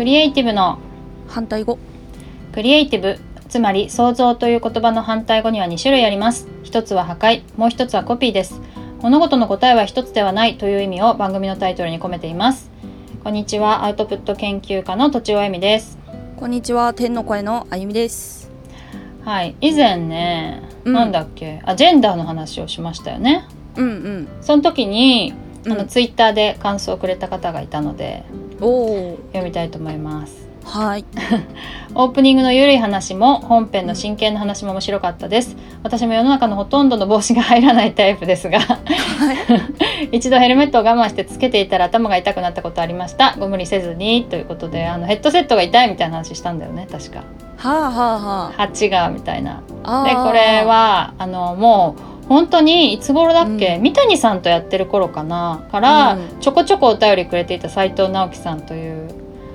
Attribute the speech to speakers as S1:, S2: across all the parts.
S1: イティブの
S2: 反対語
S1: クリエイティブつまり創造という言葉の反対語には2種類あります一つは破壊もう一つはコピーです物事の答えは一つではないという意味を番組のタイトルに込めていますこんにちはアウトプット研究家のとちおえみです
S2: こんにちは天の声のあゆみです
S1: はい以前ね、
S2: うん
S1: なんだっけあジェンダーの話をしましたよね
S2: うんうん
S1: その時にあの
S2: うん
S1: ツイッターで感想をくれた方がいたので
S2: おー
S1: 読みたいと思います
S2: はい
S1: オープニングのゆるい話も本編の真剣な話も面白かったです私も世の中のほとんどの帽子が入らないタイプですが 一度ヘルメットを我慢してつけていたら頭が痛くなったことありましたご無理せずにということであのヘッドセットが痛いみたいな話したんだよね確か
S2: はあはあは
S1: ハチがみたいな
S2: ああ
S1: で
S2: ー
S1: これはあのもう本当にいつ頃だっけ、
S2: うん
S1: 三谷さんとやってる頃かなから、
S2: うん
S1: ちょこちょこお便りくれていた斉藤直樹さんという、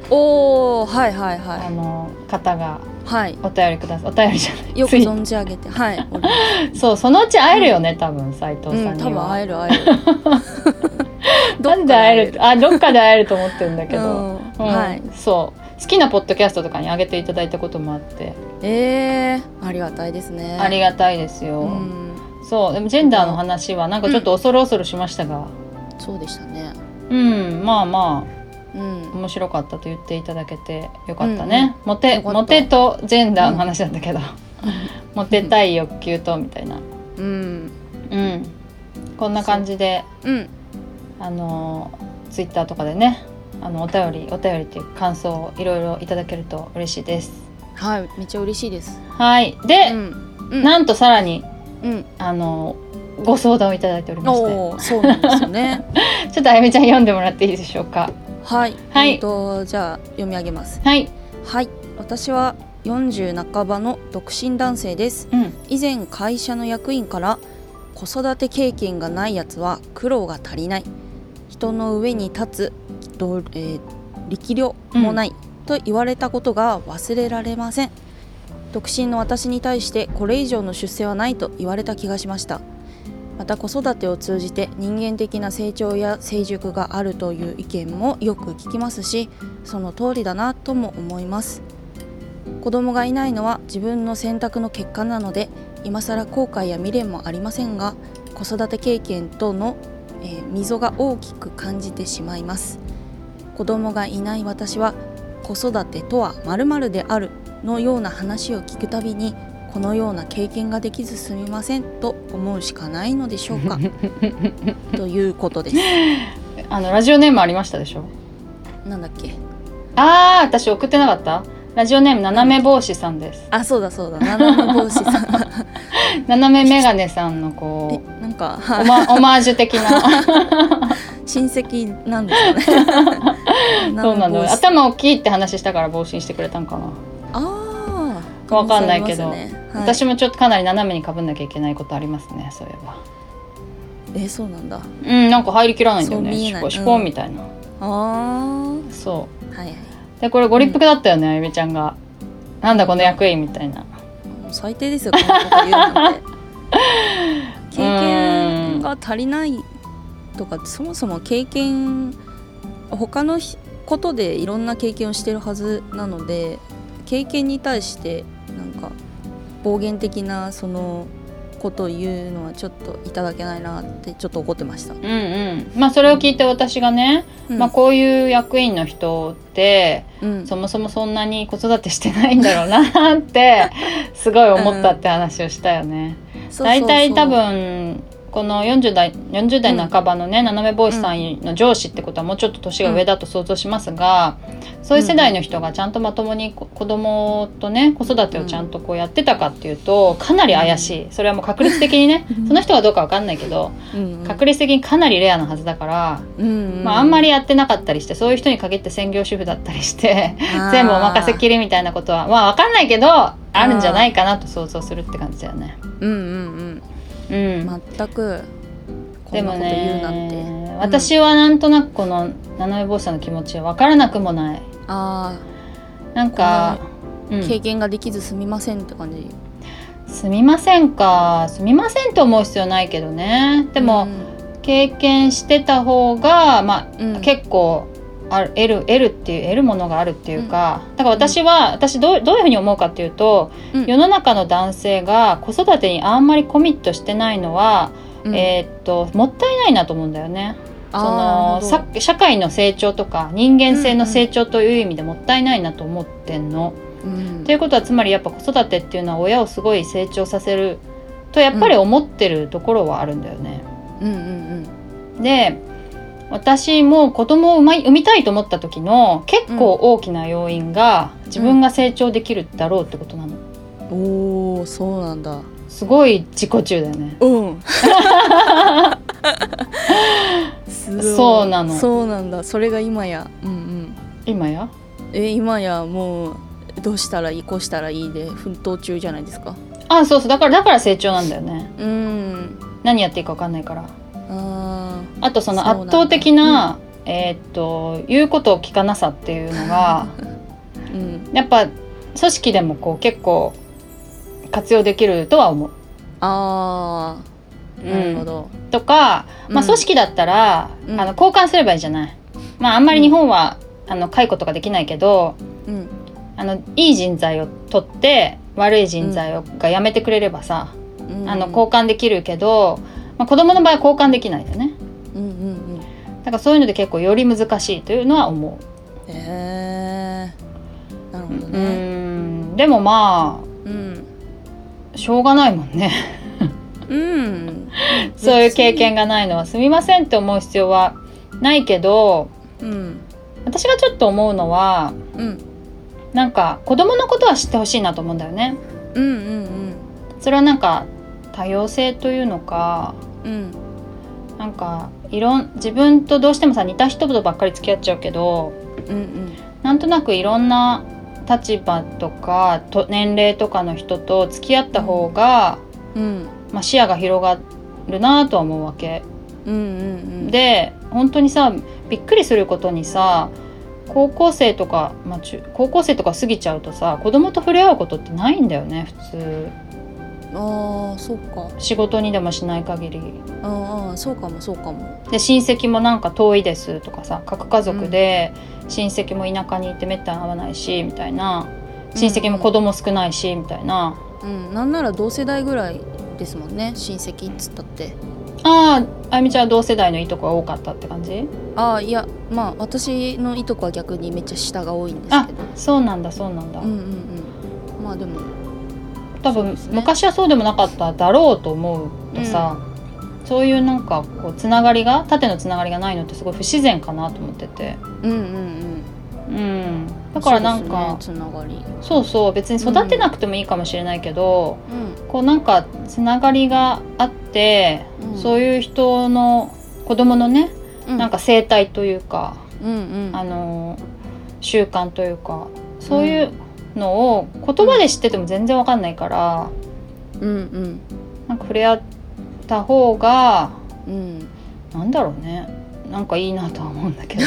S2: おーはいはいは
S1: あ
S2: い
S1: の方が
S2: はい
S1: お便りくださお便りじゃない
S2: よく
S1: ツイッター
S2: 存じ上げ てはいおり
S1: そうそのうち会えるよね、多分斉藤
S2: う
S1: さん
S2: ん
S1: に
S2: 多分
S1: は、
S2: 会える 会えるど
S1: な
S2: っ
S1: ん
S2: か
S1: で会えるあどっかで会えると思ってるんだけ
S2: う
S1: ど、
S2: ん
S1: うん
S2: はい
S1: そう好きなポッドキャストとかに上げていただいたこともあって、
S2: えーありがたいですね
S1: ありがたいですよ、
S2: うん
S1: そうでもジェンダーの話はなんかちょっと恐る恐るしましたが
S2: そうでしたね
S1: うん、まあま
S2: うん
S1: あ面白かったと言っていただけてよかったね、モテ
S2: よかった
S1: モテとジェンダーの話なんだけど、 モテたい欲求とみたいな
S2: うん
S1: うんこんな感じで
S2: うん
S1: あのツイッターとかでねあのお便りお便りっていうか感想をいろいろいただけると嬉しいです
S2: はいめっちゃ嬉しいです
S1: はいで
S2: う、んうん
S1: なんとさらに
S2: うん
S1: あのご相談をいただいておりまして
S2: おーそうなんです よね
S1: ちょっとあやめちゃん読んでもらっていいでしょうか
S2: はい、
S1: はい
S2: えっとじゃあ読み上げます
S1: はい
S2: はい私は40半ばの独身男性です
S1: うん
S2: 以前会社の役員から子育て経験がないやつは苦労が足りない人の上に立つど、えー力量もない、と言われたことが忘れられません独身の私に対してこれ以上の出世はないと言われた気がしましたまた子育てを通じて人間的な成長や成熟があるという意見もよく聞きますしその通りだなとも思います子供がいないのは自分の選択の結果なので今更後悔や未練もありませんが子育て経験との、えー溝が大きく感じてしまいます子供がいない私は子育てとは〇〇であるのような話を聞くたびにこのような経験ができずすみませんと思うしかないのでしょう かということです
S1: あのラジオネームありましたでしょ
S2: なんだっけ
S1: あー私送ってなかったラジオネーム斜め帽子さんです
S2: あそうだそうだ斜め帽子さ ん
S1: 斜めメガネさんのこう
S2: えなんか
S1: オ
S2: はい
S1: マオマージュ 的な
S2: 親戚なん ですかね
S1: そうなんだよ
S2: 斜め帽子
S1: 頭大きいって話したから帽子にしてくれたんかな
S2: ああ
S1: わかんないけど私
S2: も
S1: もちょっとかなり斜めにかぶんなきゃいけないことありますねそういえば
S2: えそうなんだ
S1: うんなんか入りきらないんだよね
S2: そう見え
S1: シ
S2: な
S1: ュ
S2: い
S1: ポシュポンみたいな、
S2: あー
S1: そ
S2: はいはいう
S1: でこれご立腹だったよねあゆみちゃんがなんだこの役員みたいな
S2: もう最低ですよこんなこと言うなんて経験が足りないとかそもそも経験他のひことでいろんな経験をしてるはずなので経験に対してなんか暴言的なそのことを言うのはちょっといただけないなってちょっと怒ってました。
S1: うんうんまあそれを聞いて私がね、
S2: うん
S1: まあ、こういう役員の人って
S2: うん
S1: そもそもそんなに子育てしてないんだろうなって すごい思ったって話をしたよね。
S2: そうそうそう
S1: 大体多分この40代40代半ばのね、斜めボイスさんの上司ってことはもうちょっと年が上だと想像しますが、そういう世代の人がちゃんとまともにこ子供とね子育てをちゃんとこうやってたかっていうとかなり怪しいそれはもう確率的にね
S2: うん
S1: その人がどうかわかんないけど
S2: うんうん
S1: 確率的にかなりレアなはずだから、
S2: うんうん
S1: まあ、あんまりやってなかったりしてそういう人に限って専業主婦だったりして。全部お任せ
S2: り
S1: きりみたいなことはまあわかんないけどあるんじゃないかなと想像するって感じだよね。
S2: うんうん
S1: うん、
S2: うん全くこ
S1: で
S2: んな
S1: も
S2: こと言うなんて、
S1: ね私はなんとなくこの斜め坊主さんの気持ちは分からなくもない
S2: あ
S1: なんか、う
S2: あ経
S1: ん、
S2: 験ができずすみませんって感じ
S1: すみませんかすみませんと思う必要ないけどねでも、経験してた方が、まあ
S2: うん
S1: 結構ある得る得るっていう得るものがあるっていうか、だから私は私どうどういうふうに思うかっていうと、
S2: うん
S1: 世の中の男性が子育てにあんまりコミットしてないのは、
S2: うん
S1: えーっともったいないなと思うんだよね。そ
S2: あ
S1: の
S2: ー
S1: さ社会の成長とか人間性の成長という意味でもったいないなと思ってんの。
S2: なるほどうん
S1: ということはつまりやっぱ子育てっていうのは親をすごい成長させるとやっぱり思ってるところはあるんだよね。
S2: うんうん
S1: で私も子供を産ま産みたいと思った時の結構大きな要因が自分が成長できるだろうってことなの。
S2: うんおおそうなんだ
S1: すごい自己中だよね。
S2: うんすごい
S1: そうなの
S2: そうなんだそれが今やうんうん
S1: 今や
S2: え今やもうどうしたらいいこうしたらいいで奮闘中じゃないですか
S1: あそうそうだからだから成長なんだよね。
S2: うん
S1: 何やっていいか分かんないから。
S2: あ
S1: あとその
S2: そうなん
S1: 圧
S2: だ
S1: 倒的な、えーっと言うことを聞かなさっていうのが
S2: ーうん
S1: やっぱ組織でもこう結構活用できるとは思う。
S2: あ
S1: う
S2: ー
S1: ん
S2: なるほど、
S1: とか、まあ、
S2: うん
S1: 組織だったら、
S2: うん
S1: あの交換すればいいじゃない。まあ、あんまり日本は、あの解雇とかできないけど
S2: うん
S1: あのいい人材を取って悪い人材を、がやめてくれればさ
S2: うん、
S1: あの交換できるけど、まあ、子供の場合は交換できないよね
S2: うんうんうん
S1: だからそういうので結構より難しいというのは思う。
S2: えー、なるほど
S1: う
S2: ね
S1: んでもま
S2: うん
S1: あしょうがないもんね
S2: うん
S1: そういう経験がないのはすみませんって思う必要はないけど
S2: うん
S1: 私がちょっと思うのは
S2: うん
S1: なんか子供のことは知ってほしいなと思うんだよね。
S2: うんうん
S1: それはなんか多様性というのか
S2: うんうん
S1: なんかいろん自分とどうしてもさ似た人とばっかり付き合っちゃうけど
S2: うんうん
S1: なんとなくいろんな立場とかと年齢とかの人と付き合った方が、
S2: うん
S1: まあ、視野が広がるなとは思うわけ。
S2: うんうん
S1: で本当にさびっくりすることにさ高校生とか、まあ、中高校生とか過ぎちゃうとさ子供と触れ合うことってないんだよね普通
S2: ああそっか
S1: 仕事にでもしない限り
S2: ああそうかもそうかも
S1: で親戚もなんか遠いですとかさ核家族で親戚も田舎に行ってめったに会わないしみたいな親戚も子供少ないしみたいな、
S2: うんなんなら同世代ぐらいですもんね親戚っつったって
S1: あああゆみちゃんは同世代のいいとこが多かったって感じ
S2: ああいやまあ私のいとこは逆にめっちゃ下が多いんですけど
S1: そうなんだそうなんだ、
S2: うんうんうんまあでも
S1: 多
S2: そう
S1: 分
S2: ですね
S1: 昔はそうでもなかっただろうと思うとさ、そういうなんかこうつながりが縦のつながりがないのってすごい不自然かなと思ってて、
S2: うんうんうん
S1: うん、だからなん
S2: そう
S1: か
S2: ですねつながり
S1: そう,、そう別に育てなくてもいいかもしれないけど、
S2: う
S1: こうなんかつながりがあって、
S2: んうん
S1: そういう人の子供のね、
S2: うん
S1: なんか生態というか、
S2: うんうん
S1: あの習慣というかそういうのを言葉で知ってても全然わかんないから。
S2: うん
S1: なんか触れ合った方が
S2: うんうん
S1: なんだろうねなんかいいなとは思うんだ けど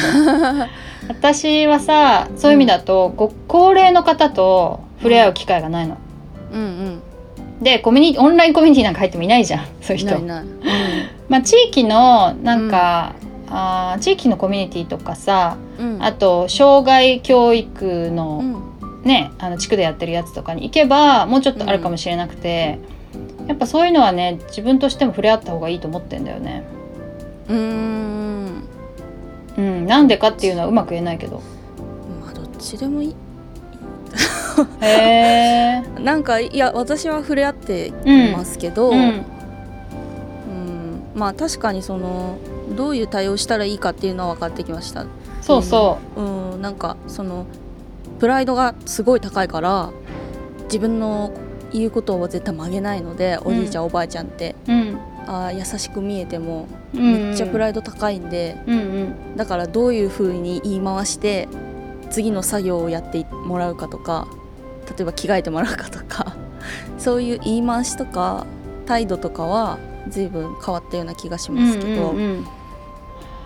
S1: 私はさそういう意味だと、ご高齢の方と触れ合う機会がないの。
S2: うんうん
S1: でコミュニオンラインコミュニティなんか入ってもいないじゃんそういう人。
S2: ないないうん
S1: まあ、地域のなんか、あー地域のコミュニティとかさ
S2: うん
S1: あと障害教育の
S2: うん
S1: ね、あの地区でやってるやつとかに行けばもうちょっとあるかもしれなくて、やっぱそういうのはね自分としても触れ合った方がいいと思ってんだよね。
S2: うーん
S1: うん、なんでかっていうのはうまく言えないけど。
S2: まあどっちでもいい
S1: へえ。
S2: なんかいや私は触れ合ってますけど、
S1: う
S2: うん
S1: ん。
S2: まあ確かにそのどういう対応したらいいかっていうのは分かってきました、
S1: そうそ
S2: うん、なんかそのプライドがすごい高いから自分の言うことを絶対曲げないのでおじいちゃん、おばあちゃんって
S1: う。うん。
S2: あー優しく見えても
S1: うん
S2: めっちゃプライド高いんで、
S1: うんうん。
S2: だからどういうふうに言い回して次の作業をやってもらうかとか例えば着替えてもらうかとか そういう言い回しとか態度とかは随分変わったような気がしますけど、
S1: うんうんうん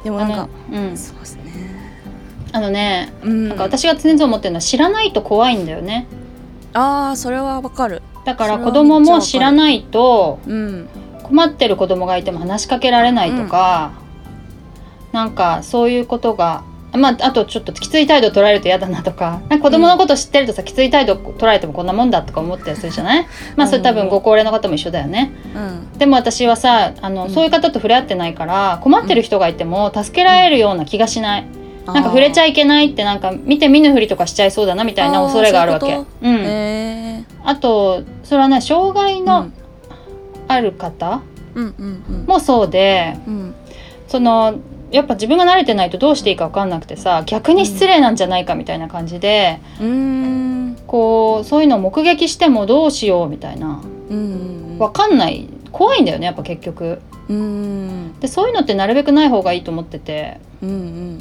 S2: でも
S1: あ
S2: なんか
S1: の、うん、
S2: そうですね。
S1: あのね、
S2: うん、
S1: なんか私が常々思ってるのは知らないと怖いんだよね。
S2: ああそれはわかる。
S1: だから
S2: それ
S1: 子
S2: は
S1: 供も知らないと
S2: うん
S1: 困ってる子供がいても話しかけられないとか、なんかそういうことがまあ、あとちょっときつい態度取られると嫌だなとかなんか子供のこと知ってるとさ、きつい態度取られてもこんなもんだとか思ったりするじゃないまあそれ多分ご高齢の方も一緒だよね。
S2: うん
S1: でも私はさあの、
S2: うん
S1: そういう方と触れ合ってないから困ってる人がいても助けられるような気がしない、なんか触れちゃ
S2: い
S1: いけないってなんか見て見ぬふりとかしちゃいそうだなみたいな
S2: あー
S1: 恐れがあるわけ。
S2: そう
S1: う
S2: いうんこえ
S1: あとそれはね障害
S2: ーう
S1: の
S2: ん
S1: ある方
S2: うんうんうん
S1: もそうで、
S2: うん
S1: そのやっぱ自分が慣れてないとどうしていいか分かんなくてさ逆に失礼なんじゃないかみたいな感じで、
S2: うーん
S1: こうそういうのを目撃してもどうしようみたいな
S2: うんうん
S1: 分かんない怖いんだよねやっぱ結局。
S2: うんうん
S1: でそういうのってなるべくない方がいいと思ってて
S2: うんうん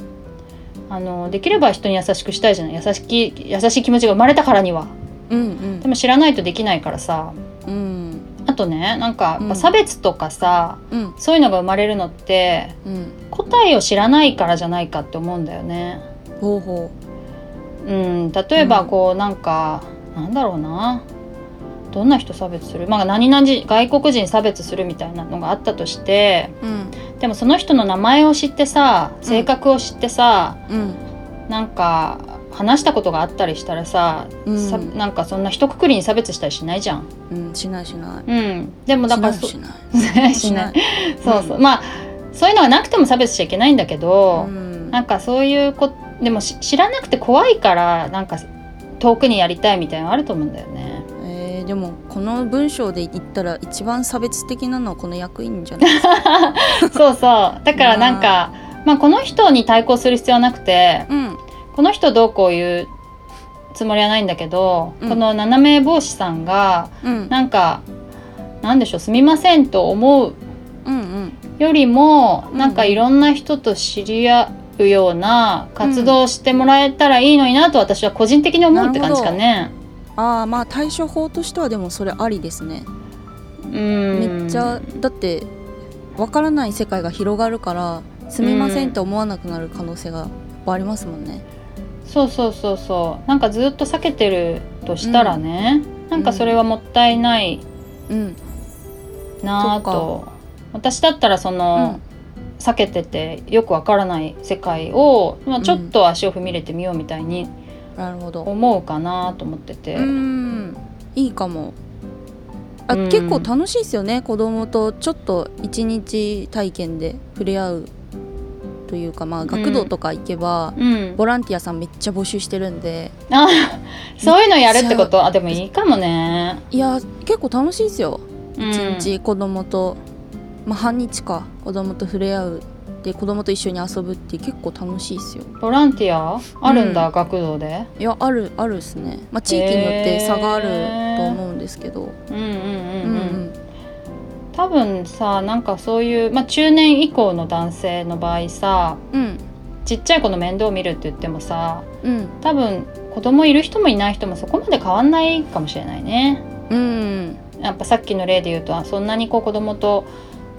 S1: あのできれば人に優しくしたいじゃない優しき優しい気持ちが生まれたからには
S2: うん
S1: でも知らないとできないからさ
S2: うんうん
S1: あとねなんかやっ
S2: うん
S1: ぱ差別とかさ、
S2: うん
S1: そういうのが生まれるのって
S2: うん
S1: 答えを知らないからじゃないかって思うんだよね。
S2: ほうほ
S1: うん、例えば
S2: うん
S1: こうなんか、なんだろうなどんな人差別する、まあ、何々人外国人差別するみたいなのがあったとして
S2: ううん
S1: でもその人の名前を知ってさ性格を知ってさ、
S2: うん
S1: なんか話したことがあったりしたらさ、
S2: うん
S1: さなんかそんな一括りに差別したりしないじゃん。
S2: うんしないしない
S1: うん、でもだからそ
S2: しない
S1: しない
S2: しない
S1: そうそう、
S2: う
S1: まあそういうのがなくても差別しちゃいけないんだけど、
S2: うん
S1: なんかそういうこでもし知らなくて怖いからなんか遠くにやりたいみたいなのあると思うんだよ ね。
S2: えーでもこの文章で言ったら一番差別的なのはこの役員じゃないですか
S1: そうそうだからなんか、まあ、この人に対抗する必要はなくて
S2: うん
S1: この人どうこう言うつもりはないんだけど、
S2: うん
S1: この斜め帽子さんが
S2: うん
S1: なんかなんでしょうすみませんと思う
S2: うんうん
S1: よりも
S2: うん
S1: なんかいろんな人と知り合うような活動をしてもらえたらいいのになと私は個人的に思うって感じかね。
S2: ああまあ対処法としてはでもそれありですね
S1: うん
S2: めっちゃだってわからない世界が広がるからすみませんって思わなくなる可能性がやっぱありますもんね。
S1: そうそうそうそうなんかずっと避けてるとしたらね、なんかそれはもったいない
S2: うん、
S1: なあと、私だったらその、避けててよくわからない世界を、まあ、ちょっと足を踏み入れてみようみたいに
S2: なるほど。
S1: 思うかなと思ってて、
S2: うん、いいかも。あ、
S1: うん
S2: 結構楽しいですよね。子供とちょっと一日体験で触れ合うというか、まあ学童とか行けば、
S1: うん、
S2: ボランティアさんめっちゃ募集してるんで、
S1: あ そういうのやるってことあでもいいかもね。
S2: いや結構楽しいですよ。
S1: う
S2: 一
S1: ん
S2: 日子供と、まあ、半日か子供と触れ合うで子供と一緒に遊ぶって結構楽しいですよ
S1: ボランティアあるんだ、学童で。
S2: いやあるあるですね、まあ、地域によって差がある
S1: へー
S2: と思うんですけど、
S1: うんうんうんう
S2: う
S1: んん。多分さなんかそういう、まあ、中年以降の男性の場合さ
S2: うん
S1: ちっちゃい子の面倒を見るって言ってもさ
S2: うん
S1: 多分子供いる人もいない人もそこまで変わんないかもしれないね。
S2: うんうん
S1: やっぱさっきの例で言うとあそんなにこう子供と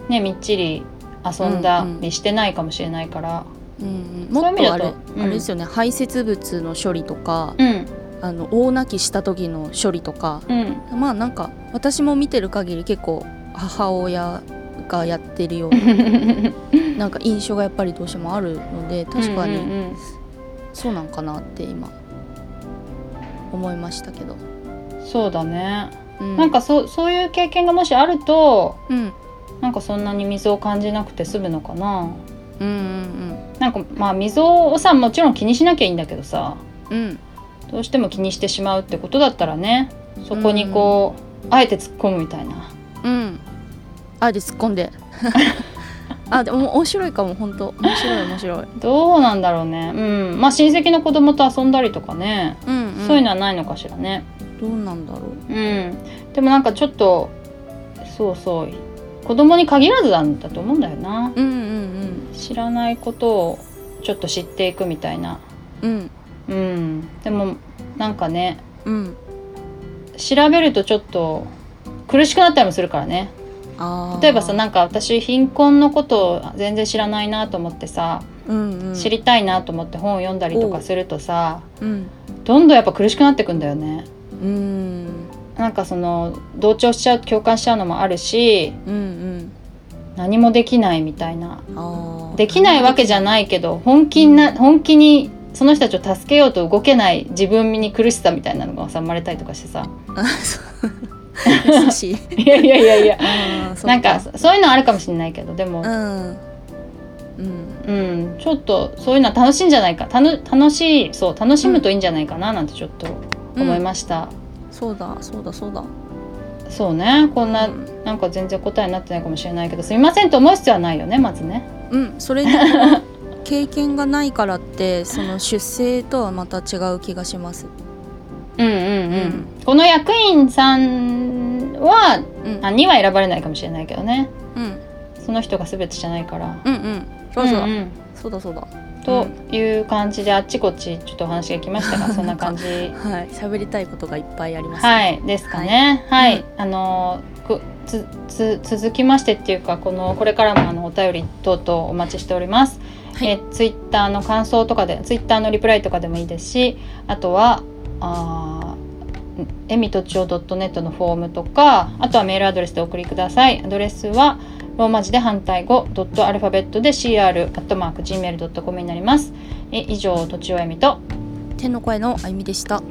S1: ねみっちり遊んだ
S2: うんうん
S1: りしてないかもしれないから。
S2: うん
S1: そういう意
S2: もっ
S1: 味
S2: と
S1: だ
S2: あ
S1: と
S2: れ,、
S1: うん
S2: あれですよね排泄物の処理とか
S1: うん
S2: あの大泣きした時の処理とか
S1: うん
S2: まあなんか私も見てる限り結構母親がやってるよう ななんか印象がやっぱりどうしてもあるので確かに
S1: うんうんうん
S2: そうなんかなって今思いましたけど、
S1: そうだね、
S2: う
S1: なんかそうそういう経験がもしあると
S2: うん
S1: なんかそんなに水を感じなくて済むのかな
S2: うんうん
S1: なんかまあ水をさもちろん気にしなきゃいいんだけどさ
S2: うんうん
S1: どうしても気にしてしまうってことだったらねそこにこう、あえて突っ込むみたいな
S2: うんあで突っ込 んであでも面白いかも本当面白い面白い、
S1: どうなんだろうねうんまあ親戚の子供と遊んだりとかね、
S2: うんうん、
S1: そういうのはないのかしらね
S2: どうなんだろ
S1: う
S2: う
S1: んでもなんかちょっとそうそう子供に限らずなんだと思うんだよな
S2: うんうん
S1: 知らないことをちょっと知っていくみたいな
S2: うんう
S1: う
S2: ん
S1: んでもなんかね
S2: うん
S1: 調べるとちょっと苦しくなったりもするからね
S2: あー
S1: 例えばさなんか私貧困のことを全然知らないなと思ってさ、
S2: うんうん
S1: 知りたいなと思って本を読んだりとかするとさ
S2: うん
S1: どんどんやっぱ苦しくなってくんだよね
S2: うん
S1: なんかその同調しちゃう共感しちゃうのもあるし
S2: うんうん
S1: 何もできないみたいな
S2: あー
S1: できないわけじゃないけど本気な本気にその人たちを助けようと動けない自分に苦しさみたいなのが生まれたりとかして さ
S2: あ そう 優しい
S1: いやいやいやいや
S2: あーそっ
S1: なんかそういうのあるかもしれないけどでも、
S2: うんう
S1: う
S2: ん
S1: ん、ちょっとそういうのは楽しいんじゃないかたの楽しいそう楽しむといいんじゃないかななんてちょっと思いました、
S2: そうだそうだそうだ
S1: そうねこんな、
S2: うん
S1: なんか全然答えになってないかもしれないけどすみませんと思う必要はないよねまずね
S2: うん、それにこの経験がないか らってその出生とはまた違う気がします。
S1: うんうんうん、この役員さんは
S2: うん、
S1: あには選ばれないかもしれないけどね
S2: うん、
S1: その人が全てじゃないから
S2: うん、うん、そうそう、
S1: んん
S2: そうだそうだ。
S1: という感じであっちこっちちょっとお話が来ました がそんな感じ
S2: はい、喋りたいことがいっぱいあります、。
S1: はいいですかねは
S2: はい
S1: い、
S2: う
S1: あのくつつ続きましてっていうかこのこれからもあのお便り等々お待ちしております、
S2: はい
S1: えツイッターの感想とかでツイッターのリプライとかでもいいですしあとはあーえみとちお .net のフォームとかあとはメールアドレスでお送りくださいアドレスはローマ字で反対語ドットアルファベットで cr.gmail.com になりますえ以上とちおえみと
S2: 天の声のあゆみでした。